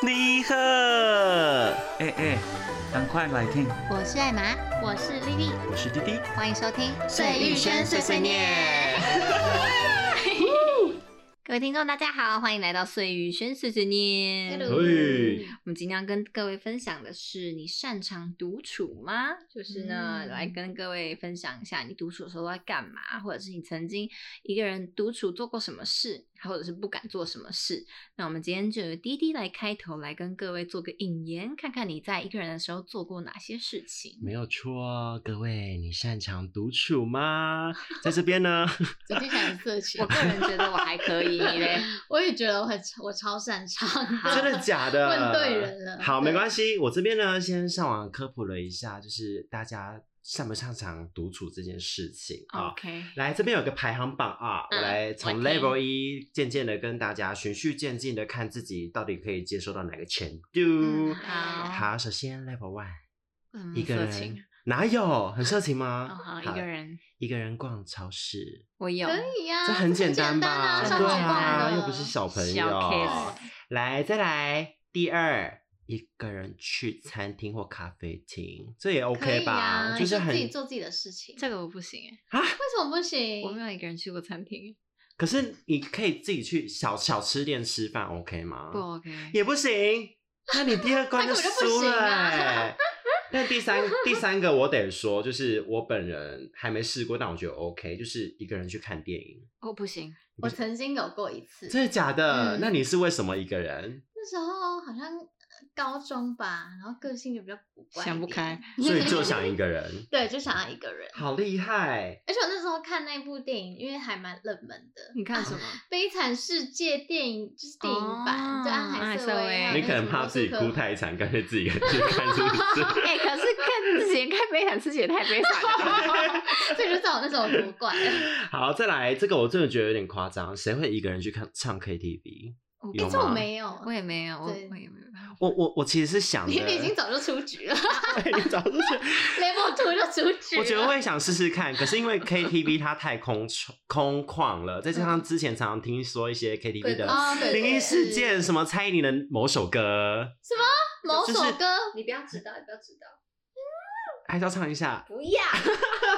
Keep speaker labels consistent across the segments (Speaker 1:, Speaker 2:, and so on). Speaker 1: 你好，哎哎，赶快来听，
Speaker 2: 我是艾玛，我是丽丽，
Speaker 1: 我是滴滴。
Speaker 2: 欢迎收听《
Speaker 3: 碎玉轩碎碎念》。
Speaker 2: 各位听众，大家好，欢迎来到《碎玉轩碎碎念》。
Speaker 3: Hello 嘿
Speaker 2: 我们今天要跟各位分享的是，你擅长独处吗？就是呢，
Speaker 3: 嗯
Speaker 2: 来跟各位分享一下你独处的时候都在干嘛，或者是你曾经一个人独处做过什么事，或者是不敢做什么事。那我们今天就由滴滴来开头，来跟各位做个引言，看看你在一个人的时候做过哪些事情。
Speaker 1: 没有错，啊各位，你擅长独处吗？在这边 呢，
Speaker 3: 怎么听起来很 色情
Speaker 2: 我？个人觉得我还可以，你嘞？
Speaker 3: 我也觉得我很我超擅长
Speaker 2: 好
Speaker 1: 真的假的？
Speaker 3: 问对人了
Speaker 1: 好，没
Speaker 3: 对
Speaker 1: 关系，我这边呢先上网科普了一下，就是大家擅不擅长独处这件事情啊。
Speaker 2: OK，
Speaker 1: 来，这边有个排行榜啊，我
Speaker 2: 嗯
Speaker 1: 来从
Speaker 2: 我听
Speaker 1: level 一渐渐的跟大家循序渐进的看自己到底可以接受到哪个程度。
Speaker 3: 嗯
Speaker 2: 好
Speaker 1: 好，首先 level one，
Speaker 2: 嗯
Speaker 1: 一个
Speaker 2: 色
Speaker 1: 人
Speaker 2: 情
Speaker 1: 哪有很色情吗？
Speaker 2: 哦，好，一个人，
Speaker 1: 一个人逛超市，
Speaker 2: 我有
Speaker 3: 可以啊呀、
Speaker 1: 这很简单吧？
Speaker 3: 啊，
Speaker 2: 这
Speaker 3: 上
Speaker 2: 很
Speaker 1: 对
Speaker 3: 网
Speaker 2: 简单
Speaker 1: 啊，
Speaker 3: 逛的
Speaker 1: 又不是小朋友。
Speaker 2: 小 case
Speaker 3: 对
Speaker 1: 来，再来第二，一个人去餐厅或咖啡厅，这也
Speaker 3: 可
Speaker 1: OK
Speaker 3: 以
Speaker 1: 吧？
Speaker 3: 呀
Speaker 1: 就
Speaker 3: 你
Speaker 1: 是
Speaker 3: 自
Speaker 1: 很
Speaker 3: 己做自己的事情。
Speaker 2: 这个我不行哎，
Speaker 1: 啊，
Speaker 3: 为什么不行？
Speaker 2: 我没有一个人去过餐厅，
Speaker 1: 可是你可以自己去小小吃店吃饭，OK 吗？
Speaker 2: 不 OK。
Speaker 1: 也不行，那你第二关
Speaker 3: 那根本就不
Speaker 1: 输
Speaker 3: 行
Speaker 1: 了、
Speaker 3: 啊
Speaker 1: 欸。但第三第三个我得说，就是我本人还没试过，但我觉得 OK，就是一个人去看电影，
Speaker 2: 哦，不行，
Speaker 3: 我曾经有过一次，
Speaker 1: 真的假的？
Speaker 3: 嗯
Speaker 1: 那你是为什么一个人？
Speaker 3: 那时候好像呃高中吧，然后个性就比较古怪，
Speaker 2: 想不 开，
Speaker 1: 所以就想一个人，
Speaker 3: 对，就想要一个人。
Speaker 1: 好厉害！
Speaker 3: 而且我那时候看那部电影，因为还蛮冷门的，
Speaker 2: 你看什么？
Speaker 3: 《悲惨世界》电影就是电影版，
Speaker 2: 哦
Speaker 3: 就安海瑟薇啊，
Speaker 2: 安海瑟薇
Speaker 1: 你可能怕自己哭 太惨，干脆自己一个人去看，是 不是？
Speaker 2: 哎，可是看自己人看悲惨世界也太悲惨了 吧。
Speaker 3: 这就知道我那时候有多 怪了。
Speaker 1: 好，再来这个，我真的觉得有点夸张，谁会一个人去看唱 KTV？
Speaker 2: 我
Speaker 1: 有
Speaker 3: 哎，
Speaker 1: 吗
Speaker 3: 这我没有，
Speaker 2: 我也没有，我我也
Speaker 3: 对
Speaker 2: 没有办法。
Speaker 1: 我我我其实是想的，
Speaker 3: 你你已 经早就出局了
Speaker 1: 对哎你早就是
Speaker 3: ，level two 就出局了。
Speaker 1: 我 觉得我也想试试看，可是因为 KTV 它太空旷空旷了，再加上之前常常听说一些 KTV
Speaker 2: 对
Speaker 1: 的
Speaker 3: 哦，嗯对对
Speaker 1: 灵异
Speaker 3: 对，
Speaker 1: 事件，什么蔡依林的某首歌，
Speaker 3: 某首
Speaker 1: 就是
Speaker 3: 歌
Speaker 2: 你不要知道，你不要知道，
Speaker 1: 还是要唱一下。
Speaker 2: 不要。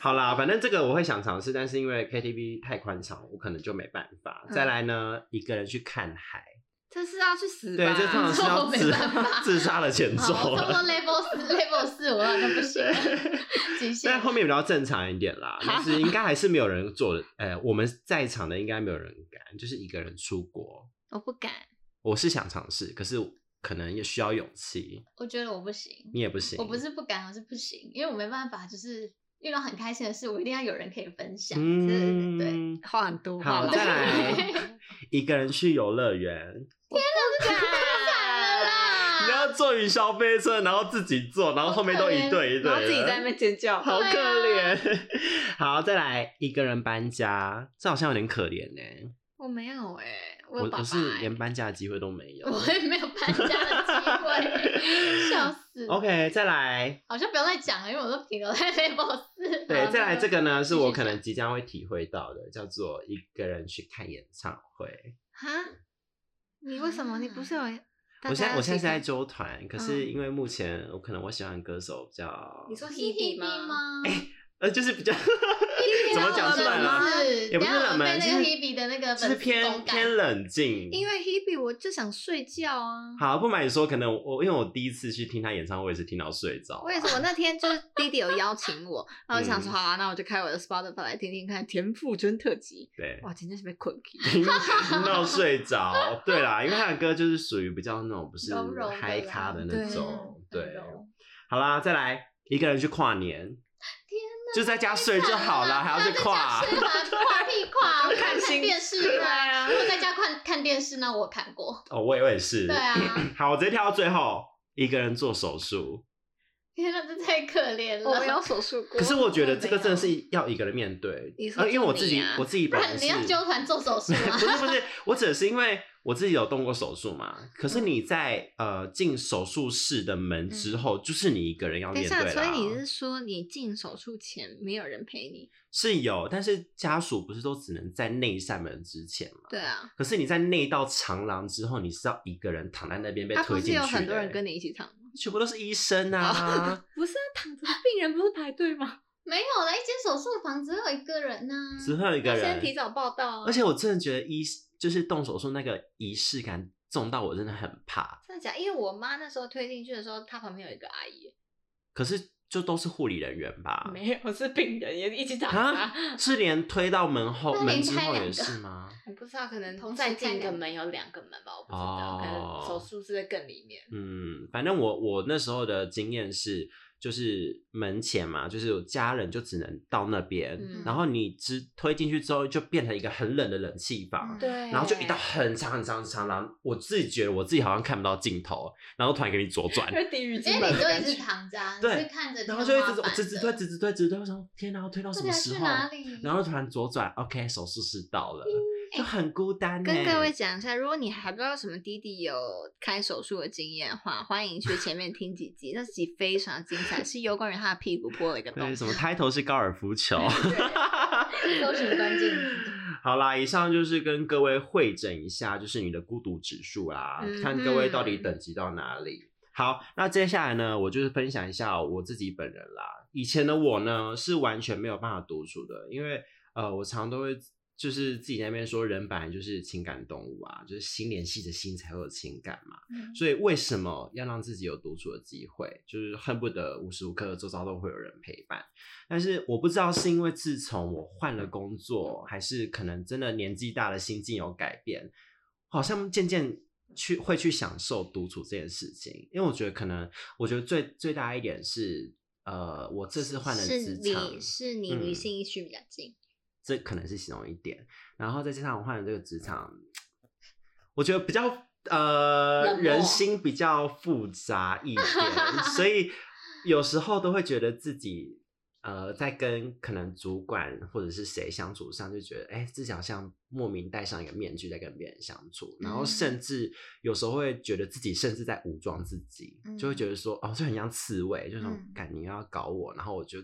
Speaker 1: 好啦，反正这个我会想尝试，但是因为 KTV 太宽敞，我可能就没办法。
Speaker 2: 嗯
Speaker 1: 再来呢，一个人去看海，
Speaker 2: 这是要去死
Speaker 1: 对
Speaker 2: 吧？，
Speaker 1: 这通常是要
Speaker 3: 我没
Speaker 1: 自
Speaker 3: 办法
Speaker 1: 自杀的前
Speaker 3: 好，
Speaker 1: 奏
Speaker 3: 我差不
Speaker 1: 了。
Speaker 3: 多 level 四 level 四，我好像不行， 极限
Speaker 1: 但。后面比较正常一点啦，但是应该还是没有人做的，呃，我们在场的应该没有人敢，就是一个人出国。
Speaker 2: 我不敢。
Speaker 1: 我是想尝试，可是可能也需要勇气。
Speaker 3: 我觉得我不行，
Speaker 1: 你也不行，
Speaker 3: 我不是不敢，我是不行，因为我没办法，就是遇到很开心的事，我一定要有人可以分享。
Speaker 1: 嗯，
Speaker 3: 对
Speaker 2: 话很多，
Speaker 1: 好，
Speaker 2: 话很多
Speaker 1: 再 来哦一个人去游乐园，
Speaker 3: 当然啦
Speaker 1: 你要坐云霄飞车，然后自己坐，然后后面都一对一对
Speaker 2: 然后自己在那
Speaker 1: 的，
Speaker 2: 边尖叫，
Speaker 1: 好可
Speaker 3: 对啊
Speaker 1: 怜。 好，再来一个人搬家，这好像有点可怜呢、
Speaker 2: 我没有哎，
Speaker 1: 我
Speaker 2: 有爸
Speaker 1: 我
Speaker 2: 爸
Speaker 1: 是
Speaker 2: 欸
Speaker 1: 连搬家的机会都没有。
Speaker 3: 我也没有搬家的机 会，笑死。
Speaker 1: OK，再来
Speaker 3: 好像不要再讲了，因为我都停留在 level 四。
Speaker 1: 对，再来这个呢，是
Speaker 3: 继续
Speaker 1: 我可
Speaker 3: 讲
Speaker 1: 能即将会体会到的，叫做一个人去看演唱会。
Speaker 2: 哈，你为什么？你不是有？
Speaker 1: 我现在我现在是在
Speaker 2: 做
Speaker 1: 纠团，可
Speaker 3: 嗯
Speaker 1: 是因为目前我可能我喜欢的歌手比较，
Speaker 2: 你说
Speaker 3: 是
Speaker 2: Hebe
Speaker 3: Hebe
Speaker 2: 吗？
Speaker 3: 吗？
Speaker 1: 呃，就是比较怎么讲出来
Speaker 2: 冷
Speaker 1: 了，
Speaker 2: 门
Speaker 1: 也不是冷门，
Speaker 3: 等
Speaker 1: 就
Speaker 3: 一
Speaker 1: 是
Speaker 3: 下我被那个 Hebe 的那个
Speaker 1: 就
Speaker 3: 粉
Speaker 1: 是
Speaker 3: 丝
Speaker 1: 偏
Speaker 3: 公干
Speaker 1: 偏冷静。
Speaker 2: 因为 Hebe 我就想睡觉啊。
Speaker 1: 好，不瞒你说，可能我因为我第一次去听他演唱会，我也是听到睡着啊。
Speaker 2: 我也是，我那天就是弟弟有邀请我，然后我
Speaker 1: 嗯
Speaker 2: 想说好啊，那我就开我的 Spotify 来听听看田馥甄特辑。
Speaker 1: 对，
Speaker 2: 哇，简直是被困起。
Speaker 1: 听听到睡着。对啦，因为他的歌就是属于比较那种不是
Speaker 3: 柔柔的
Speaker 1: 嗨咖
Speaker 3: 啦
Speaker 1: 的
Speaker 2: 对
Speaker 1: 那种。对
Speaker 3: 很，柔
Speaker 1: 好啦，再来一个人去跨年。就在家睡就好啦，还要去跨
Speaker 3: 在。家睡完跨屁跨，
Speaker 2: 就看
Speaker 3: 看
Speaker 2: 星
Speaker 3: 电视啊。
Speaker 2: 啊
Speaker 3: 如果在家看看电视，那我看过。
Speaker 1: 哦，我也我也是。
Speaker 3: 对啊，
Speaker 1: 好，我直接跳到最后，一个人做手术。
Speaker 3: 天哪，这太可怜
Speaker 2: 我没有
Speaker 3: 了。
Speaker 2: 手术过。
Speaker 1: 可是我觉得这个真的是要一个人面对
Speaker 2: 啊你，说
Speaker 1: 呃因为我
Speaker 2: 就
Speaker 1: 自
Speaker 2: 你
Speaker 1: 己
Speaker 2: 啊
Speaker 1: 我自己
Speaker 3: 不
Speaker 1: 本
Speaker 3: 然
Speaker 1: 人是
Speaker 3: 你要纠团做手术
Speaker 1: 不
Speaker 3: 吗？ 嗯
Speaker 1: 是不是，我只是因为我自己有动过手术嘛，可是你在呃进手术室的门之后，就是你一个人要
Speaker 2: 等一
Speaker 1: 面对
Speaker 2: 下，
Speaker 1: 了。
Speaker 2: 所以你是说你进手术前没有人陪你？
Speaker 1: 是有，但是家属不是都只能在那一扇门之前吗？
Speaker 2: 对啊，
Speaker 1: 可是你在那道长廊之后，你是要一个人躺在那边被
Speaker 2: 他不
Speaker 1: 推
Speaker 2: 是
Speaker 1: 进去的、欸
Speaker 2: 有很多人跟你一起躺吗？
Speaker 1: 全部都是医生啊，
Speaker 2: 不是啊，躺着的病人不是排队吗？
Speaker 3: 没有啦，一间手术房只有一个人呐、
Speaker 1: 只会有 一个
Speaker 2: 医
Speaker 1: 人
Speaker 2: 生提早报到啊，
Speaker 1: 而且我真的觉得医就是动手术那个仪式感重到我真的很怕。
Speaker 2: 真的假的？因为我妈那时候推进去的时候，她旁边有一个阿姨，
Speaker 1: 可是就都是护理人员吧？
Speaker 2: 没有是病人也一起躺
Speaker 1: 啊，是连推到 门后
Speaker 3: 那
Speaker 1: 门
Speaker 3: 连
Speaker 1: 之
Speaker 3: 开
Speaker 1: 后
Speaker 3: 两
Speaker 1: 也
Speaker 3: 个
Speaker 1: 是吗？
Speaker 2: 我不知道，可
Speaker 3: 同
Speaker 2: 能
Speaker 3: 时
Speaker 2: 再进
Speaker 3: 开
Speaker 2: 一个
Speaker 3: 两个
Speaker 2: 门有两个门吧，我不知道，可
Speaker 1: 哦
Speaker 2: 能手术是在更里面。
Speaker 1: 嗯，反正我我那时候的经验是，就是门前嘛，就是有家人就只能到那边，
Speaker 2: 嗯
Speaker 1: 然后你只推进去之后就变成一个很冷的冷气房。
Speaker 3: 嗯
Speaker 2: 对，
Speaker 1: 然后就一道很长很长很长廊，我自己觉得我自己好像看不到尽头，然后突然给你左 转，
Speaker 2: 在地狱之
Speaker 3: 因为
Speaker 2: 门
Speaker 3: 你
Speaker 2: 的
Speaker 3: 就
Speaker 2: 感
Speaker 3: 一直
Speaker 2: 觉
Speaker 3: 躺着、啊，你
Speaker 1: 对
Speaker 3: 是看着天
Speaker 1: 然
Speaker 3: 花
Speaker 1: 后
Speaker 3: 板
Speaker 1: 就
Speaker 3: 的，
Speaker 1: 一直直直推直直推直直推，我想天哪，要推到什
Speaker 3: 这
Speaker 1: 么
Speaker 3: 个
Speaker 1: 时
Speaker 3: 是
Speaker 1: 候？
Speaker 3: 哪里？嗯哎
Speaker 1: 然后突然左转，OK，手术室到了，就很孤单、欸。
Speaker 2: 跟各位讲一下，如果你还不知道什么弟弟有开手术的经验的话，欢迎去前面听几集，那集非常精彩，是有关于他的屁股破了一个洞
Speaker 1: 对，。什么开头是高尔夫 球？
Speaker 3: 搜寻关键字。
Speaker 1: 好啦，以上就是跟各位会诊一下，就是你的孤独指数啦，
Speaker 2: 嗯
Speaker 1: 看各位到底等级到哪里。好，那接下来呢，我就是分享一下我自己本人啦。以前的我呢是完全没有办法独处的，因为呃，我常都会就是自己在那边说，人本来就是情感动物啊，就是心连系着心才会有情感嘛。
Speaker 3: 嗯
Speaker 1: 所以为什么要让自己有独处的机会？就是恨不得无时无刻周遭都会有人陪伴。但是我不知道是因为自从我换了工作，还是可能真的年纪大了，心境有改变，好像渐渐去会去享受独处这件事情。因为我觉得可能，我觉得最最大一点是，呃，我这次换了
Speaker 2: 是
Speaker 1: 职场，
Speaker 2: 你是你离
Speaker 1: 嗯
Speaker 2: 性区比较近，
Speaker 1: 这可能是其中一点。然后再加上我换了这个职场，我觉得比较呃
Speaker 3: 冷漠
Speaker 1: 人心比较复杂一点，所 以有时候都会觉得自己呃在跟可能主管或者是谁相处上，就觉得哎自己好像莫名戴上一个面具在跟别人相处，然后
Speaker 3: 嗯
Speaker 1: 甚至有时候会觉得自己甚至在武装自己，就会
Speaker 3: 嗯
Speaker 1: 觉得说哦就很像刺猬，就是
Speaker 3: 嗯
Speaker 1: 感觉要搞我，然后我就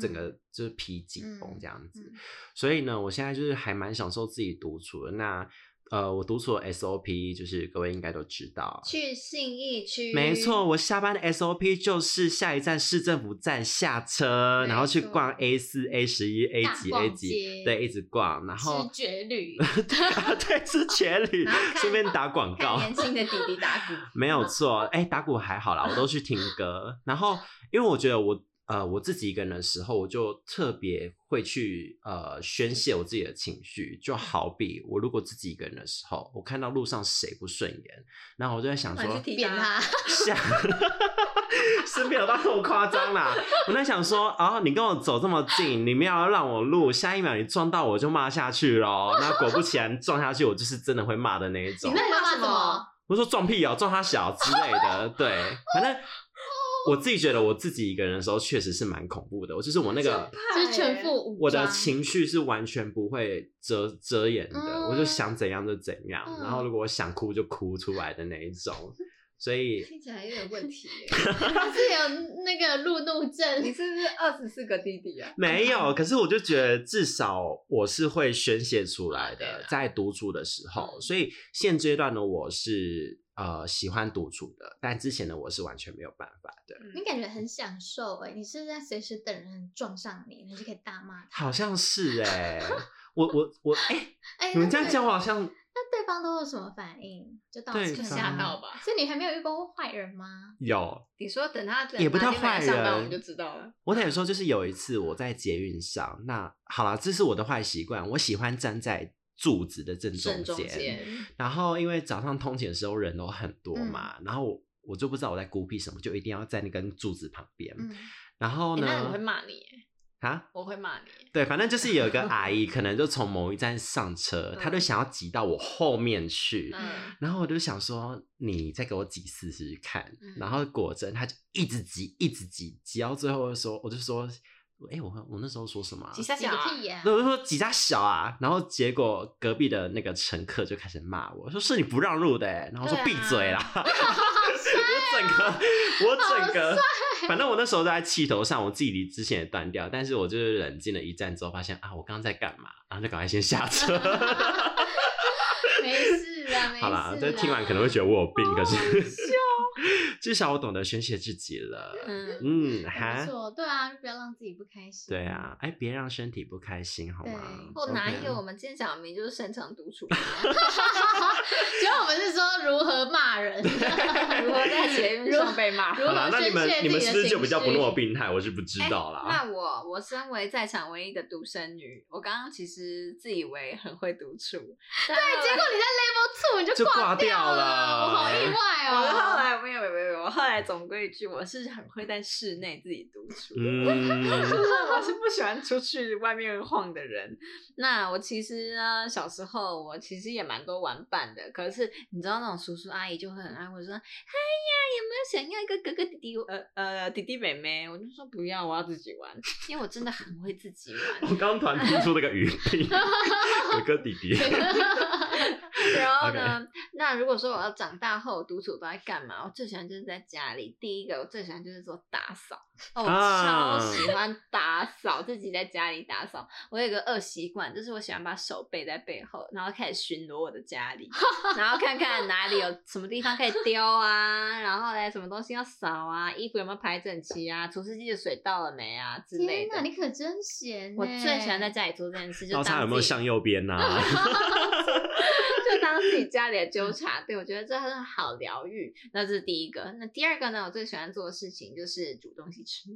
Speaker 1: 整
Speaker 3: 嗯
Speaker 1: 个就是皮紧绷
Speaker 3: 嗯
Speaker 1: 这样子。
Speaker 3: 嗯
Speaker 1: 所以呢，我现在就是还蛮享受自己独处的。那呃，我独处的 SOP 就是各位应该都知道，
Speaker 2: 去信义区，
Speaker 1: 没错，，我下班的 SOP 就是下一站市政府站下车，然后去逛 A 四、A 十一、A
Speaker 3: 大
Speaker 1: 几、
Speaker 3: 逛
Speaker 1: A 几，
Speaker 3: 街
Speaker 1: 对，一直逛，然
Speaker 3: 是
Speaker 1: 后
Speaker 3: 绝 旅，
Speaker 1: 对，是全旅
Speaker 2: 然后，看
Speaker 1: 顺便打广告
Speaker 2: 看。年轻的弟弟打鼓，
Speaker 1: 没有错，哎、打鼓还好啦，我都去听歌。然后，因为我觉得我呃我自己一个人的时候，我就特别会去呃宣泄我自己的情绪。就好比我如果自己一个人的时候，我看到路上谁不顺眼，然后我就在想
Speaker 2: 我
Speaker 1: 说
Speaker 2: 去，踢
Speaker 3: 扁
Speaker 1: 啊
Speaker 3: 他，
Speaker 1: 下 是没有到那么夸张啦。我在想说，哦，你跟我走这么近，你没有要让我录，下一秒你撞到我就骂下去喽。那果不其然撞下去，我就是真的会骂的那一种。
Speaker 3: 你那
Speaker 2: 骂
Speaker 3: 骂
Speaker 2: 什
Speaker 3: 什
Speaker 2: 么
Speaker 3: 么？
Speaker 1: 我说撞屁哦，撞他小之类的，对，反正我自己觉得我自己一个人的时候确实是蛮恐怖的，我就是我那个
Speaker 3: 就是全副武装。
Speaker 1: 我的 情绪是完全不会遮遮掩的，
Speaker 3: 嗯
Speaker 1: 我就想怎样就怎样，
Speaker 3: 嗯
Speaker 1: 然后如果我想哭就哭出来的那一种，所以
Speaker 2: 听起来有点问题耶。
Speaker 3: 他是有那个路怒
Speaker 2: 你
Speaker 3: 症，
Speaker 2: 是不是二十四个弟弟啊？
Speaker 1: 没有，可是我就觉得至少我是会宣泄出来
Speaker 2: 对
Speaker 1: 的
Speaker 2: 啦，
Speaker 1: 在独处的时候，所以现阶段的我是呃喜欢独处的，但之前的我是完全没有办法的。
Speaker 3: 你感觉很享受哎、你是在随时等人撞上你，你就可以大骂他。
Speaker 1: 好像是哎、我我我哎、
Speaker 3: 哎、
Speaker 1: 你们
Speaker 3: 那
Speaker 1: 这样
Speaker 3: 对
Speaker 1: 讲，我好 像
Speaker 3: 那对方都有什么反应？就道
Speaker 1: 对
Speaker 3: 歉吗，
Speaker 1: 吓到
Speaker 2: 吧？
Speaker 3: 所以你还没有遇过坏人吗？
Speaker 1: 有，
Speaker 2: 你说等他等
Speaker 1: 也不
Speaker 2: 哪
Speaker 1: 太
Speaker 2: 天来
Speaker 1: 坏
Speaker 2: 上班我们
Speaker 1: 人
Speaker 2: 就知道了。
Speaker 1: 我得说，就是有一次我在捷运上，那好了，这是我的坏习惯，我喜欢站在柱子的正
Speaker 2: 正
Speaker 1: 中
Speaker 2: 中
Speaker 1: 间。
Speaker 2: 间，嗯
Speaker 1: 然后因为早上通勤的时候人都很多嘛，然后我我就不知道我在孤僻什么，就一定要在那根柱子旁边。
Speaker 3: 嗯，
Speaker 1: 然后
Speaker 2: 欸
Speaker 1: 呢，
Speaker 2: 那我会骂你耶，
Speaker 1: 啊，
Speaker 2: 我会骂你耶。
Speaker 1: 对，反正就是有一个阿姨，可能就从某一站上 车，她就想要挤到我后面去。
Speaker 2: 嗯，
Speaker 1: 然后我就想说，你再给我挤试试看。
Speaker 2: 嗯
Speaker 1: 然后果真，他就一直挤，一直挤，挤到最后的时候，我就说，哎、我我那时候说什么啊、
Speaker 4: 几下
Speaker 3: 挤
Speaker 4: 小
Speaker 3: 个
Speaker 4: 啊，
Speaker 3: 屁呀、
Speaker 1: 我就说几家小啊，然后结果隔壁的那个乘客就开始骂我，说是你不让路的、欸，然后我说
Speaker 4: 对啊
Speaker 1: 闭嘴啦，我整个我整个，反正我那时候都在气头上，我自己离支线也断掉，但是我就是冷静了一站之后，发现啊，我刚刚在干嘛，然后就赶快先下车。
Speaker 3: 没事 啊，没事。
Speaker 1: 好啦，这听完可能会觉得我有病，可是 至少我懂得宣泄自己了。
Speaker 2: 嗯，
Speaker 1: 嗯，
Speaker 3: 还
Speaker 1: 哈
Speaker 3: 不，错，对啊，不要让自己不开心。
Speaker 1: 对， 啊，哎，别让身体不开心好吗
Speaker 3: 对？
Speaker 2: 我哪
Speaker 1: OK 啊
Speaker 2: 有？我们今天讲的明就是擅长独处，
Speaker 3: 结果我们是说如何 骂人，
Speaker 2: 如
Speaker 3: 如
Speaker 2: 何在节目上被骂。
Speaker 3: 如
Speaker 1: 好
Speaker 3: 何
Speaker 1: 啦，那你们
Speaker 3: 宣泄
Speaker 1: 你们
Speaker 3: 自己
Speaker 1: 是
Speaker 3: 的
Speaker 1: 不是就比
Speaker 3: 情
Speaker 1: 较不
Speaker 3: 绪哎
Speaker 1: 那 么病态？我是不知道啊啦。
Speaker 2: 哎那我我身为在场唯一的独生女，我刚刚其实自以为很会独处，对，
Speaker 3: 结果你在 Level Two 你
Speaker 1: 就
Speaker 3: 就
Speaker 1: 挂
Speaker 3: 挂
Speaker 1: 掉了哎
Speaker 3: 了，我好意外
Speaker 2: 我后
Speaker 3: 哦。
Speaker 2: 来没有没有没有没有，我后来总归一句，我是很会在室内自己独处。就
Speaker 1: 嗯，
Speaker 2: 是我是不喜欢出去外面晃的人。那我其实呢，小时候我其实也蛮多玩伴的，可是你知道那种叔叔阿姨就会很爱我说：“哎呀，有没有想要一个哥哥弟弟呃呃弟弟妹妹？”我就说不要，我要自己玩，因为我真的很会自己玩。
Speaker 1: 我刚突然听出那个语病，哥哥弟弟，
Speaker 2: 然后呢那如果说我要长大后独处都在干嘛？我最喜欢就是在家里。第一个我最喜欢就是做打扫，哦，我
Speaker 1: 啊
Speaker 2: 超喜欢打扫，自己在家里打扫。我有一个恶习惯，就是我喜欢把手背在背后，然后开始巡逻我的 家里，然后看看哪里有什么地方可以丢啊，然后嘞什么东西要扫啊，衣服有没有排整齐啊，除湿机的水倒了没啊之类
Speaker 3: 天
Speaker 2: 的。
Speaker 3: 你可真闲欸！
Speaker 2: 我最喜欢在家里做这件事，就
Speaker 1: 刀叉
Speaker 2: 当
Speaker 1: 有没有
Speaker 2: 自己
Speaker 1: 向右边呐？
Speaker 2: 就当自己家里的纠察队，我觉得这真的好疗愈。那这是第一个。那第二个呢？我最喜欢做的事情就是煮东西吃，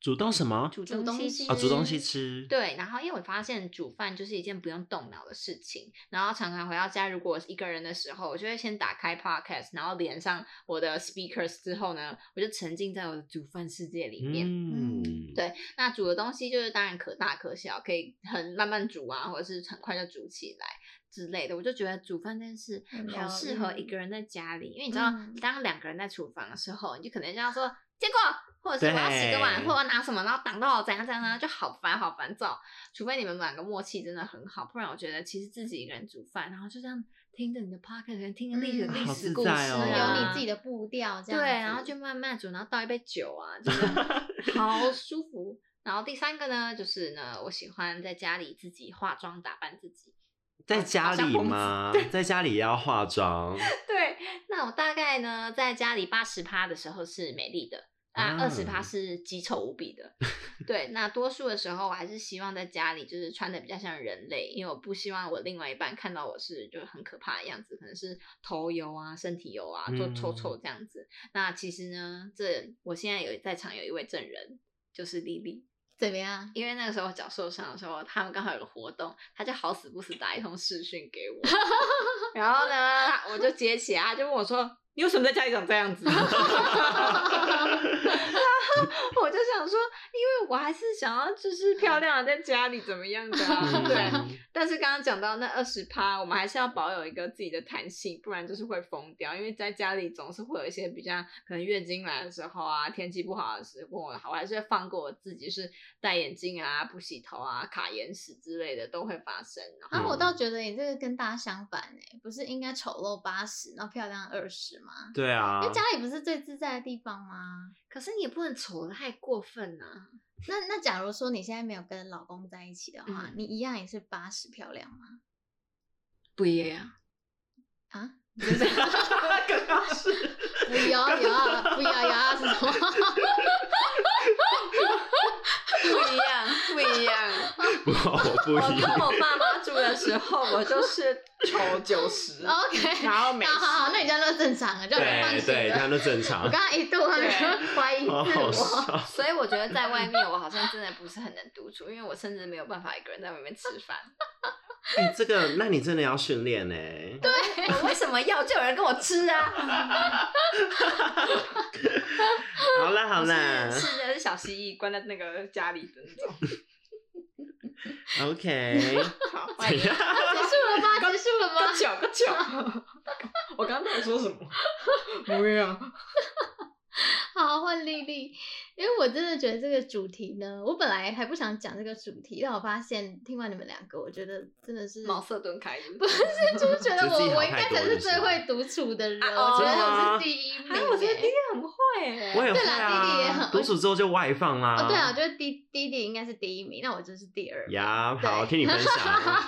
Speaker 1: 主动什么？
Speaker 2: 煮
Speaker 3: 东西吃
Speaker 1: 啊，煮东西吃。
Speaker 2: 对，然后因为我发现煮饭就是一件不用动脑的事情，然后常常回到家，如果我一个人的时候，我就会先打开 podcast，然后连上我的 speakers 之后呢，我就沉浸在我的煮饭世界里面。
Speaker 1: 嗯，
Speaker 2: 对那煮的东西就是当然可大可小，可以很慢慢煮啊，或者是很快就煮起来之类的。我就觉得煮饭这件事
Speaker 3: 很疗
Speaker 2: 好适合
Speaker 3: 愈
Speaker 2: 一个人在家里，因为你知道，
Speaker 3: 嗯
Speaker 2: 当两个人在厨房的时候，你就可能这样说结果，或者是我要洗个碗，
Speaker 1: 对
Speaker 2: 或者我要拿什么，然后挡到我怎样怎样，怎样就好烦好烦躁。除非你们两个默契真的很好，不然我觉得其实自己一个人煮饭，然后就这样听着你的 podcast，听着历史
Speaker 3: 嗯
Speaker 2: 历
Speaker 1: 好
Speaker 2: 史
Speaker 1: 自
Speaker 2: 故事
Speaker 1: 在哦
Speaker 3: 有
Speaker 2: 啊，
Speaker 3: 你自己的步调，这
Speaker 2: 对，
Speaker 3: 样子
Speaker 2: 然后就慢慢煮，然后倒一杯酒啊，真 的好舒服。然后第三个呢，就是呢，我喜欢在家里自己化妆打扮自己。
Speaker 1: 在家里吗？在家里也要化 妆，
Speaker 2: 对，那我大概呢，在家里八十趴的时候是美丽的，那
Speaker 1: 啊
Speaker 2: 二十趴是极丑无比的。对，那多数的时候我还是希望在家里就是穿的比较像人类，因为我不希望我另外一半看到我是就很可怕的样子，可能是头油啊、身体油啊、都臭臭这样子。那其实呢，这我现在有在场有一位证人，就是莉莉。
Speaker 3: 怎么样？
Speaker 2: 因为那个时候我脚受伤的时候，他们刚好有个活动，他就好死不死打一通视讯给我， 然后呢，我就接起来，他就问我说：“你为什么在家里长这样子？” 然后我就想说，因为我还是想要就是漂亮的在家里怎么样的、啊， 对。
Speaker 1: 嗯
Speaker 2: 但是刚刚讲到那二十趴，我们还是要保有一个自己的弹性，不然就是会疯掉。因为在家里总是会有一些比较可能月经来的时候啊，天气不好的时候，我还是会放过我自己，是戴眼镜啊、不洗头啊、卡眼屎之类的都会发生。然
Speaker 3: 啊，
Speaker 2: 后
Speaker 3: 我
Speaker 1: 嗯
Speaker 3: 倒觉得你这个跟大家相反哎，不是应该丑陋八十，然后漂亮二十吗？
Speaker 1: 对啊
Speaker 3: 因为，家里不是最自在的地方吗？
Speaker 2: 可是你也不能丑的太过分啊。
Speaker 3: 那那假如说你现在没有跟老公在一起的话，
Speaker 2: 嗯
Speaker 3: 你一样也是八十漂亮吗？
Speaker 2: 不一样，
Speaker 3: 啊，
Speaker 4: 刚刚是
Speaker 3: 不要 有啊，不要有啊，什么？
Speaker 2: 不一样，不一样。
Speaker 1: 不，我 不
Speaker 2: 我
Speaker 1: 一
Speaker 2: 跟
Speaker 1: 样。
Speaker 2: 我爸妈住的时候，我就是丑九十
Speaker 3: OK
Speaker 2: 然后没
Speaker 3: 好好好，那你这样就正常了，就很放
Speaker 1: 对
Speaker 3: 心
Speaker 1: 对，这
Speaker 3: 了。
Speaker 1: 样都正常
Speaker 3: 我。刚刚一度还没
Speaker 2: 对
Speaker 3: 怀疑自
Speaker 1: 好 好
Speaker 3: 我，
Speaker 1: 笑。
Speaker 2: 所以我觉得在外面，我好像真的不是很能独处，因为我甚至没有办法一个人在外面吃饭。
Speaker 1: 哎、这个，那你真的要训练呢？对，
Speaker 2: 哎我为什么要就有人跟我吃啊？
Speaker 1: 好啦 好
Speaker 3: 啊
Speaker 1: 啦
Speaker 2: 是的，是小蜥蜴关在那个家里的那种。
Speaker 1: ，OK，
Speaker 2: 好，
Speaker 1: 怎 样？
Speaker 3: 结束了吗？结束了吗？
Speaker 4: 脚个 脚，我刚刚在说什么？不一样，
Speaker 3: 好，换丽丽，因为我真的觉得这个主题呢，我本来还不想讲这个主题，但我发现听完你们两个，我觉得真的是
Speaker 2: 茅塞顿 开，哎
Speaker 3: 不是， 就是觉
Speaker 1: 觉得
Speaker 3: 得
Speaker 1: 自己
Speaker 3: 我
Speaker 1: 好
Speaker 3: 我应
Speaker 1: 太
Speaker 3: 该
Speaker 1: 多
Speaker 3: 才
Speaker 1: 了
Speaker 3: 是
Speaker 1: 是
Speaker 3: 最
Speaker 1: 吗
Speaker 3: 会独处的人，
Speaker 2: 啊
Speaker 3: 我觉
Speaker 1: 真的
Speaker 3: 得
Speaker 1: 吗
Speaker 3: 哦我是第一名、
Speaker 2: 哎，我觉得弟弟
Speaker 3: 欸
Speaker 2: 很会耶，
Speaker 1: 我也会
Speaker 3: 对啦弟弟也
Speaker 1: 啊
Speaker 3: 很，
Speaker 1: 独处之后就外放啦。
Speaker 3: 哦，对啊，我觉得弟弟弟应该是第一名，那我就是第二名。
Speaker 1: 呀，好，
Speaker 3: 对
Speaker 1: 听你分享，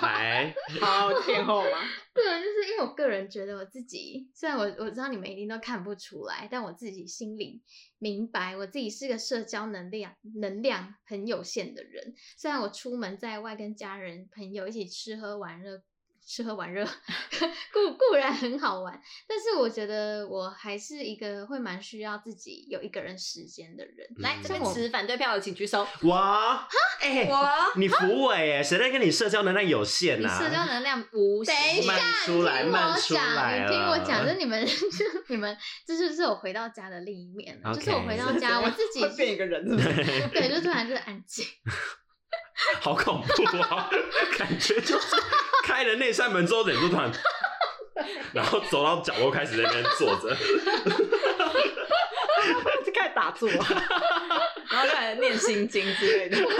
Speaker 1: 来，
Speaker 4: 好天后吗？
Speaker 3: 对，就是因为我个人觉得我自己，虽然我我知道你们一定都看不出来，但我自己心里明白，我自己是个社交能量能量很有限的人。虽然我出门在外跟家人朋友一起吃喝玩乐。吃喝玩乐 固固然很好玩，但是我觉得我还是一个会蛮需要自己有一个人时间的人。
Speaker 2: 来这边
Speaker 1: 嗯
Speaker 2: 持反对票的请举手，
Speaker 1: 哇，哎，
Speaker 2: 我
Speaker 1: 你扶我哎，谁在跟你社交能量有限啊
Speaker 3: 你
Speaker 1: 呐？
Speaker 3: 社交能量
Speaker 2: 无
Speaker 3: 等一
Speaker 2: 限
Speaker 3: 下，
Speaker 1: 慢
Speaker 3: 你
Speaker 1: 出来
Speaker 3: 听我
Speaker 1: 慢出来
Speaker 3: 讲，你听我讲，
Speaker 1: 了
Speaker 3: 就你们，就你们，这就是我回到家的另一面了。就是我
Speaker 1: OK
Speaker 3: 回到 家，我自己
Speaker 4: 会变一个人，是不 是？
Speaker 3: 对，就突然就是安静。
Speaker 1: 好恐怖啊！感觉就是开了那扇门之后，忍不住突然，然后走到角落开始在那边坐着。
Speaker 4: 就开始打 坐，然后开始念心经之类的。
Speaker 3: 我也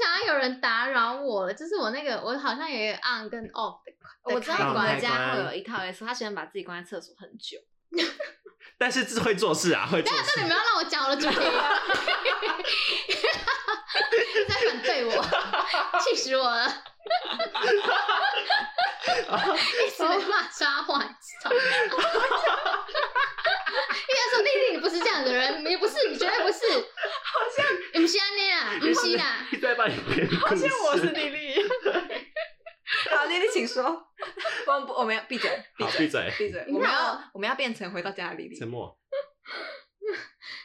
Speaker 3: 想要有人打扰我了，就是我那个，我好像有一个 on 跟 off 的。
Speaker 2: 我知道
Speaker 1: 开
Speaker 2: 管
Speaker 1: 关
Speaker 2: 家会有一套 S，他喜欢把自己关在厕所很久。
Speaker 1: 但是自会做事啊，会做
Speaker 3: 但是
Speaker 1: 事
Speaker 3: 你。们要让我讲我的主题，一直 在反对 我，气死我 了！一直被骂抓坏，操！应该说丽丽，你不是这样的人，你不是，你绝对不是。好像不是安尼啦，不是啊啦，
Speaker 1: 一直在帮你编故事，
Speaker 4: 好像我是丽丽，
Speaker 2: 好，丽丽，请说。 我们不，我们要闭嘴，闭
Speaker 1: 好
Speaker 2: 嘴，
Speaker 1: 闭嘴，
Speaker 2: 闭嘴。
Speaker 3: 你
Speaker 2: 我们
Speaker 3: 看
Speaker 2: 要
Speaker 3: 我，
Speaker 2: 我们要变成回到家的丽丽
Speaker 1: 沉。默。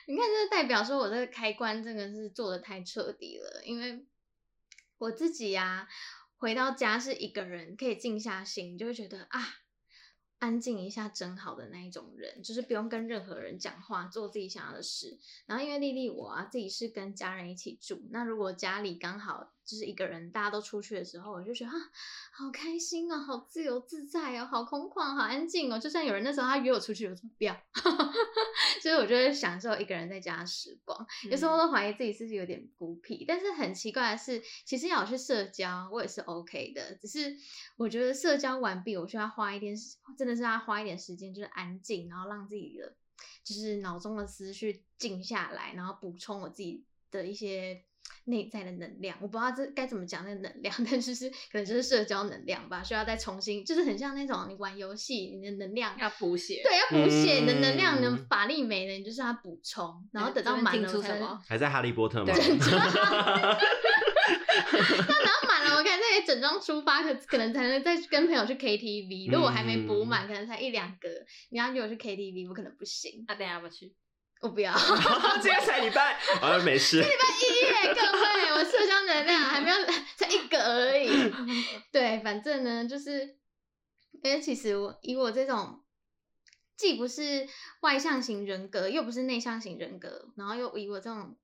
Speaker 3: 你看，这代表说我这个开关真的是做的太彻底了，因为我自己呀、回到家是一个人，可以静下心，就会觉得啊，安静一下真好的那一种人，就是不用跟任何人讲话，做自己想要的事。然后因为丽丽我啊自己是跟家人一起住，那如果家里刚好就是一个人，大家都出去的时候，我就觉得啊，好开心哦，好自由自在哦，好空旷，好安静哦。就算有人那时候他约我出去，我说不要， 所以我就会享受一个人在家的时光。有时候
Speaker 2: 嗯
Speaker 3: 都怀疑自己是不是有点孤僻，但是很奇怪的是，其实要我去社交，我也是 OK 的，只是我觉得社交完毕，我需要花一点时，真的是要花一点时间，就是安静，然后让自己的就是脑中的思绪静下来，然后补充我自己的一些。内在的能量，我不知道这该怎么讲那个能量， 但就是可能就是社交能量吧，需要再重新，就是很像那种你玩游戏，你的能量
Speaker 2: 要补血。
Speaker 3: 对，要补血，你的能量呢
Speaker 1: 嗯，
Speaker 3: 法力没了，你就是要补充，然后
Speaker 2: 哎
Speaker 3: 等到
Speaker 2: 这边
Speaker 3: 满
Speaker 2: 进
Speaker 3: 了
Speaker 2: 出
Speaker 3: 我才
Speaker 2: 什
Speaker 3: 能，
Speaker 2: 么？
Speaker 1: 还在哈利波特 吗？
Speaker 3: 那然后满了我才再整装出发，可可能才能再去跟朋友去 KTV。如果我还没补满，可能才一两个，你要约我去 KTV，我可能不行，
Speaker 2: 啊，等一下要不要去？
Speaker 3: 我不要。
Speaker 4: 今天才礼拜，
Speaker 1: 啊，没事。
Speaker 3: 耶，各位，我社交能量还没有才一个而已。对，反正呢，就是因为其实我以我这种既不是外向型人格，又不是内向型人格，然后又以我这种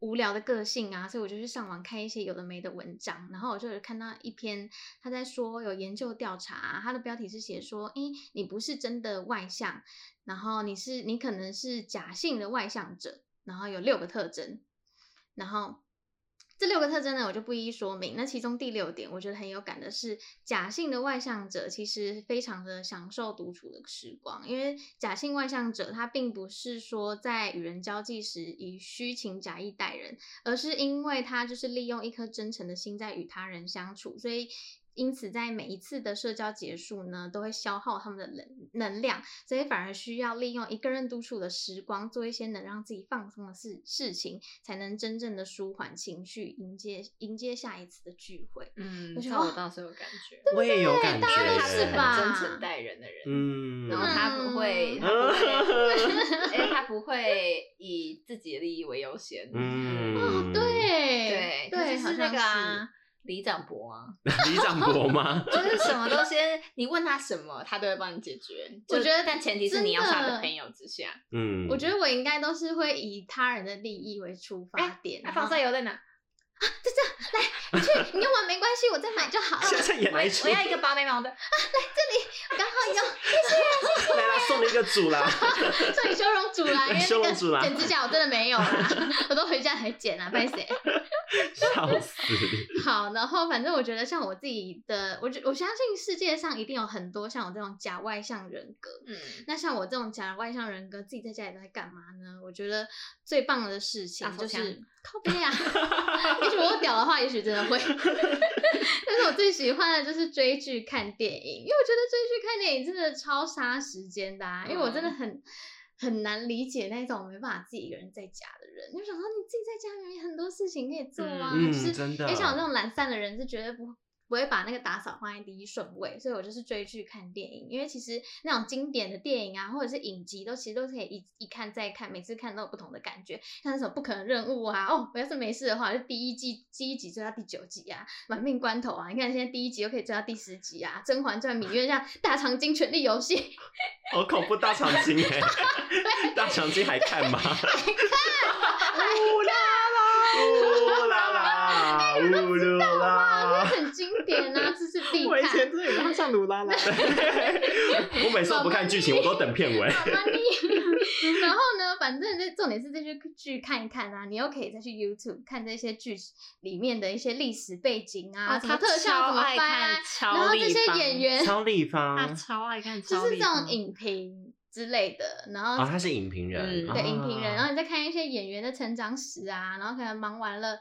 Speaker 3: 无聊的个性啊，所以我就去上网看一些有的没的文章，然后我就有看到一篇他在说有研究调查啊、它的标题是写说，诶，你不是真的外向，然后你是你可能是假性的外向者，然后有六个特征，然后这六个特征呢，我就不一一说明。那其中第六点，我觉得很有感的是，假性的外向者其实非常的享受独处的时光，因为假性外向者他并不是说在与人交际时以虚情假意待人，而是因为他就是利用一颗真诚的心在与他人相处，所以。因此，在每一次的社交结束呢，都会消耗他们的能能量，所以反而需要利用一个人独处的时光，做一些能让自己放松的事事情，才能真正的舒缓情绪，迎接迎接下一次的聚会。
Speaker 2: 嗯
Speaker 3: 我觉
Speaker 2: 这
Speaker 3: 得
Speaker 2: 我
Speaker 3: 哇
Speaker 2: 倒是有感觉。
Speaker 1: 我也有感觉
Speaker 3: 大家
Speaker 2: 因为
Speaker 3: 都
Speaker 2: 他是
Speaker 3: 是吧
Speaker 2: 很真诚待人的人，
Speaker 1: 嗯，
Speaker 2: 然后他不会，
Speaker 3: 嗯
Speaker 2: 他不 会，哎，他不会以自己的利益为优先。
Speaker 1: 嗯
Speaker 3: 哦，对
Speaker 2: 对，
Speaker 3: 对，
Speaker 2: 就
Speaker 3: 好
Speaker 2: 是那
Speaker 3: 像
Speaker 2: 个啊
Speaker 3: 是。，
Speaker 2: 李长博啊，
Speaker 1: 李长博吗？
Speaker 2: 就是什么东西，你问他什么，他都会帮你解决。
Speaker 3: 我
Speaker 2: 就
Speaker 3: 觉得
Speaker 2: 但前提是
Speaker 3: 真
Speaker 2: 你要是他的
Speaker 3: 的
Speaker 2: 朋友之下。
Speaker 1: 嗯，
Speaker 3: 我觉得我应该都是会以他人的利益为出发点。
Speaker 2: 哎那
Speaker 3: 然
Speaker 2: 防
Speaker 3: 后
Speaker 2: 晒油在哪？
Speaker 3: 你去，你用完没关系，我再买 就好了。
Speaker 1: 现在也
Speaker 2: 我
Speaker 1: 来
Speaker 2: 要
Speaker 1: 出
Speaker 2: 我要一个拔眉毛的。
Speaker 3: 刚好有，
Speaker 1: 来来，送了一个主啦。
Speaker 3: 所以修容组啦，因为
Speaker 1: 修
Speaker 3: 那
Speaker 1: 容组啊啦
Speaker 3: 个剪指甲我真的没 有啦，我都回家才剪啊，拜谁？
Speaker 1: 笑死！
Speaker 3: 好，然后反正我觉得像我自己的，我觉我相信世界上一定有很多像我这种假外向人格。
Speaker 2: 嗯，
Speaker 3: 那像我这种假外向人格，自己在家里都在干嘛呢？我觉得最棒的事情
Speaker 2: 打手
Speaker 3: 就
Speaker 2: 枪
Speaker 3: 是靠背啊。也许我屌的话，也许真的会。 但是我最喜欢的就是追剧、看电影，因为我觉得追剧、看电影真的超杀时间的、啊，因为我真的很。很难理解那种没办法自己一个人在家的人，就想说你自己在家明明很多事情可以做啊，
Speaker 1: 嗯
Speaker 3: 就是
Speaker 1: 真的
Speaker 3: 而且我这种懒散的人是绝对不不会把那个打扫放在第一顺位，所以我就是追剧、看电影，因为其实那种经典的电影啊，或者是影集，都其实都可以一一看再看，每次看都有不同的感觉。像那种不可能任务啊，哦，我要是没事的话，就第一季第一集追到第九集啊，满命关头啊，你看现在第一集又可以追到第十集啊，《甄嬛传》《芈月》像《大长今》《权力游戏》
Speaker 1: 好恐怖，大长今哎，大长今还看吗？呜啦啦，呜啦啦，呜噜
Speaker 3: 哇，
Speaker 1: 啦！
Speaker 3: 这很经典啊，这是必
Speaker 4: 我以
Speaker 3: 看
Speaker 4: 前。真的以为他像鲁拉拉，
Speaker 1: 我每次都不看剧情，我都等片尾。
Speaker 3: 妈咪 然后呢，反正这重点是这些剧看一看啊，你又可以再去 YouTube 看这些剧里面的一些历史背景啊，什么
Speaker 4: 哦他
Speaker 3: 特效
Speaker 4: 超
Speaker 3: 怎么
Speaker 4: 爱
Speaker 3: 拍啊
Speaker 4: 看，，
Speaker 3: 然后这些演
Speaker 4: 员，
Speaker 3: 员
Speaker 1: 超立
Speaker 4: 他
Speaker 3: 啊
Speaker 1: 方
Speaker 4: 超爱看，
Speaker 3: 就
Speaker 4: 就是
Speaker 3: 这种影评之类的，然后
Speaker 1: 啊，他是影评人，
Speaker 4: 嗯
Speaker 1: 啊
Speaker 3: 对影评人，然后你再看一些演员的成长史啊，然后可能忙完了。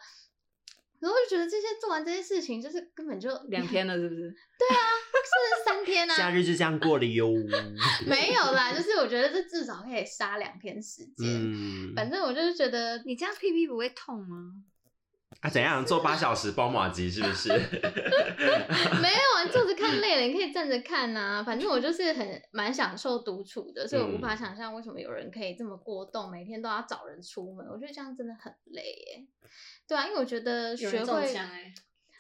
Speaker 3: 然后我就觉得这些做完这些事情，就是根本就
Speaker 4: 两天了，是不是？
Speaker 3: 是三天啊，
Speaker 1: 假日就这样过了哟。
Speaker 3: 没有啦，就是我觉得这至少可以杀两天时间。
Speaker 1: 嗯，
Speaker 3: 反正我就是觉得
Speaker 2: 你这样屁屁不会痛吗？
Speaker 1: 啊，怎样做八小时包马集是不是？
Speaker 3: 没有啊，坐着看累了，你可以站着看呐、反正我就是很蛮享受独处的，所以我无
Speaker 4: 嗯
Speaker 3: 法想象为什么有人可以这么过动，每天都要找人出门。我觉得这样真的很累耶。对啊，因为我觉得
Speaker 4: 有
Speaker 3: 学
Speaker 4: 人中
Speaker 3: 会，
Speaker 4: 枪哎，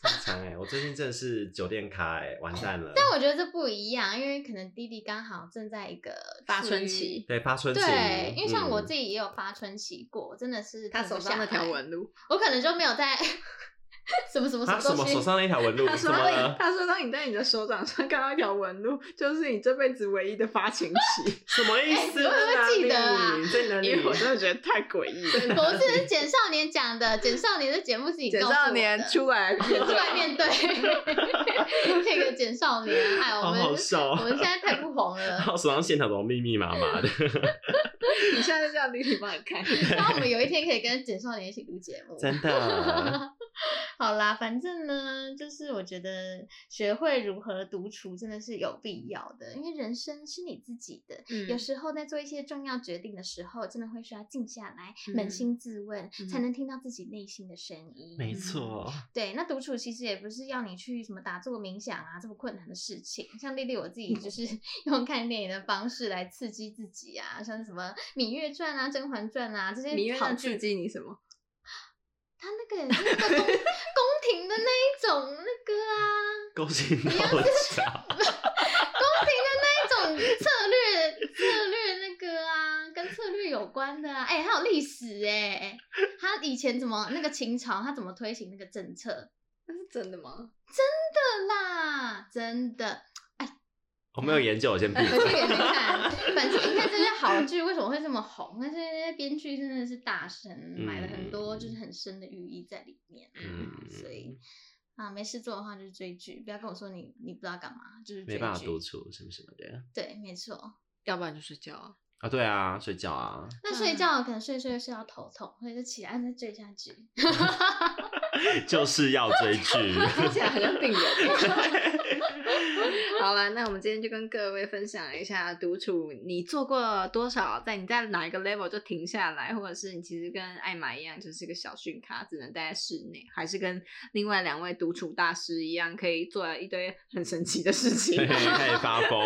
Speaker 1: 很强哎，我最近真的是酒店咖哎，完蛋了。
Speaker 3: 但我觉得这不一样，因为可能弟弟刚好正在一个
Speaker 4: 发
Speaker 3: 处
Speaker 4: 春
Speaker 3: 于
Speaker 4: 期。
Speaker 1: 对，发春期，
Speaker 3: 对，因为像我
Speaker 1: 嗯
Speaker 3: 自己也有发春期过，真的是
Speaker 4: 他
Speaker 3: 停不
Speaker 4: 手上那
Speaker 3: 下
Speaker 4: 条
Speaker 3: 来，
Speaker 4: 纹路，
Speaker 3: 我可能就没有在 什么什么
Speaker 1: 啊，什
Speaker 3: 什么
Speaker 1: 么
Speaker 3: 东西
Speaker 1: 手上那条纹路？
Speaker 4: 他
Speaker 1: 什
Speaker 4: 说
Speaker 1: 么啊
Speaker 4: 当
Speaker 1: 了。
Speaker 4: 你，？他说当你在你的手掌上看到一条纹路，就是你这辈子唯一的发情期
Speaker 1: 什么意思？
Speaker 3: 哎你会不会
Speaker 1: 在哪里
Speaker 3: 记得啊
Speaker 1: 在哪
Speaker 4: 因为我
Speaker 1: 里？
Speaker 4: 真的觉得太诡异 了。
Speaker 3: 不是简少年讲的，简少年的节目自己
Speaker 4: 简
Speaker 3: 告诉
Speaker 4: 少
Speaker 3: 我
Speaker 4: 年
Speaker 3: 的
Speaker 4: 出来哭
Speaker 3: 出来面对那个简少年，哎，我
Speaker 1: 好
Speaker 3: 们
Speaker 1: 好笑
Speaker 3: 我
Speaker 1: 啊！
Speaker 3: 们现在太不红
Speaker 1: 然
Speaker 3: 了。
Speaker 1: 后手上线条怎么密密麻麻的？
Speaker 4: 你现在就叫丽丽帮你看。
Speaker 3: 希望我们有一天可以跟简少年一起录节目。
Speaker 1: 真的，
Speaker 3: 好啦，反正呢，就是我觉得学会如何独处真的是有必要的，因为人生是你自己的。有
Speaker 4: 嗯，
Speaker 3: 时候在做一些重要决定的时候，真的会需要静下来，
Speaker 4: 嗯
Speaker 3: 扪心自问，才
Speaker 4: 嗯
Speaker 3: 能听到自己内心的声音。
Speaker 1: 没错。
Speaker 3: 对，那独处其实也不是要你去什么打坐冥想啊这么困难的事情。像丽丽我自己
Speaker 4: 嗯
Speaker 3: 就是 用看电影的方式来刺激自己啊，像是什么《芈月传》啊、《甄嬛传》啊这些
Speaker 4: 芈月
Speaker 3: 好
Speaker 4: 能
Speaker 3: 剧
Speaker 4: 刺。激你什么？
Speaker 3: 他那个也是那 个宫宫廷的那一种那个啊，
Speaker 1: 勾心斗角，
Speaker 3: 宫廷的那一种策略策略那个啊，跟策略有关的啊。哎、还有历史哎、他以前怎么那个秦朝他怎么推行那个政策？
Speaker 4: 那是真的吗？
Speaker 3: 真的啦，真的。
Speaker 1: 我没有研究，我先闭
Speaker 3: 我去
Speaker 1: 嘴。
Speaker 3: 给你看，反正你看这些好剧为什么会这么红？但是那些编剧真的是大神，买了很多就是很深的寓意在里面啊、
Speaker 1: 嗯
Speaker 3: 所以啊，没事做的话就是追剧，不要跟我说你你不知道干嘛，就是追
Speaker 1: 没办法独
Speaker 3: 剧。
Speaker 1: 处，什么什么的
Speaker 3: 对，没错。
Speaker 4: 要不然就睡觉啊。
Speaker 1: 啊，对啊，睡觉啊，
Speaker 3: 那睡觉可能睡睡睡到头痛，所以就起来再追一下剧。
Speaker 1: 就是要追 剧。
Speaker 4: 听起来好像病人。 好了，那我们今天就跟各位分享一下独处，你做过多少？在你在哪一个 level 就停下来，或者是你其实跟艾玛一样，就是个小逊咖，只能待在室内，还是跟另外两位独处大师一样，可以做一堆很神奇的事 情
Speaker 1: 对，？开始发疯。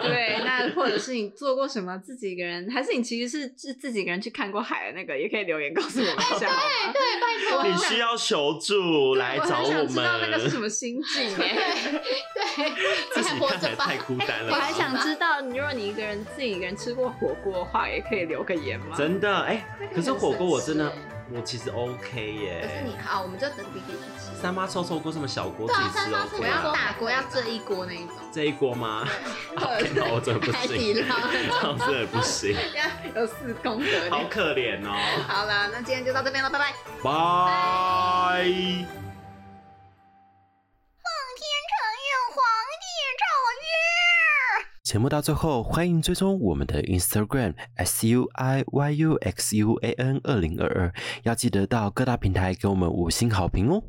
Speaker 4: 对，那或者是你做过什么自己一个人，还是你其实是自自己一个人去看过海的那个，也可以留言告诉我们 一下。好吗
Speaker 3: 对，拜托。
Speaker 1: 你需要求助
Speaker 4: 对
Speaker 1: 来找
Speaker 4: 我很想知道那个是什
Speaker 1: 们。
Speaker 2: 欸
Speaker 4: 么心境哎、
Speaker 3: 对，
Speaker 1: 自己
Speaker 3: 还活
Speaker 1: 看
Speaker 3: 着
Speaker 1: 来
Speaker 3: 吧
Speaker 1: 太。孤单了
Speaker 2: 我
Speaker 1: 吧。
Speaker 2: 还 想知道，如果你一个人自己一个人吃过火锅的话，也可以留个言吗？
Speaker 1: 真的哎、
Speaker 3: 那个
Speaker 1: 可是
Speaker 3: 很
Speaker 1: 火
Speaker 3: 神
Speaker 1: 锅我
Speaker 3: 奇
Speaker 1: 真的
Speaker 3: 耶
Speaker 1: 我其实 OK 耶。
Speaker 3: 可是你好，我们就等弟弟去吃。
Speaker 1: 三妈臭臭锅这么小锅自
Speaker 3: 对啊
Speaker 1: 己吃
Speaker 3: 三妈
Speaker 1: OK
Speaker 3: 臭
Speaker 2: 我
Speaker 3: 臭
Speaker 2: 要
Speaker 3: 锅
Speaker 1: 啊？
Speaker 2: 大锅，要这一锅那一种。
Speaker 1: 这一锅吗？ 那我真的不
Speaker 2: 海底
Speaker 1: 行，
Speaker 2: 捞
Speaker 1: 这样真的不行，
Speaker 2: 要有四宫格。
Speaker 1: 好可怜 哦。
Speaker 2: 好啦，那今天就到这边了，拜拜。
Speaker 1: 拜。节目到最后，欢迎追踪我们的 Instagram s u i y u x u a n 二零二二，要记得到各大平台给我们五星好评哦。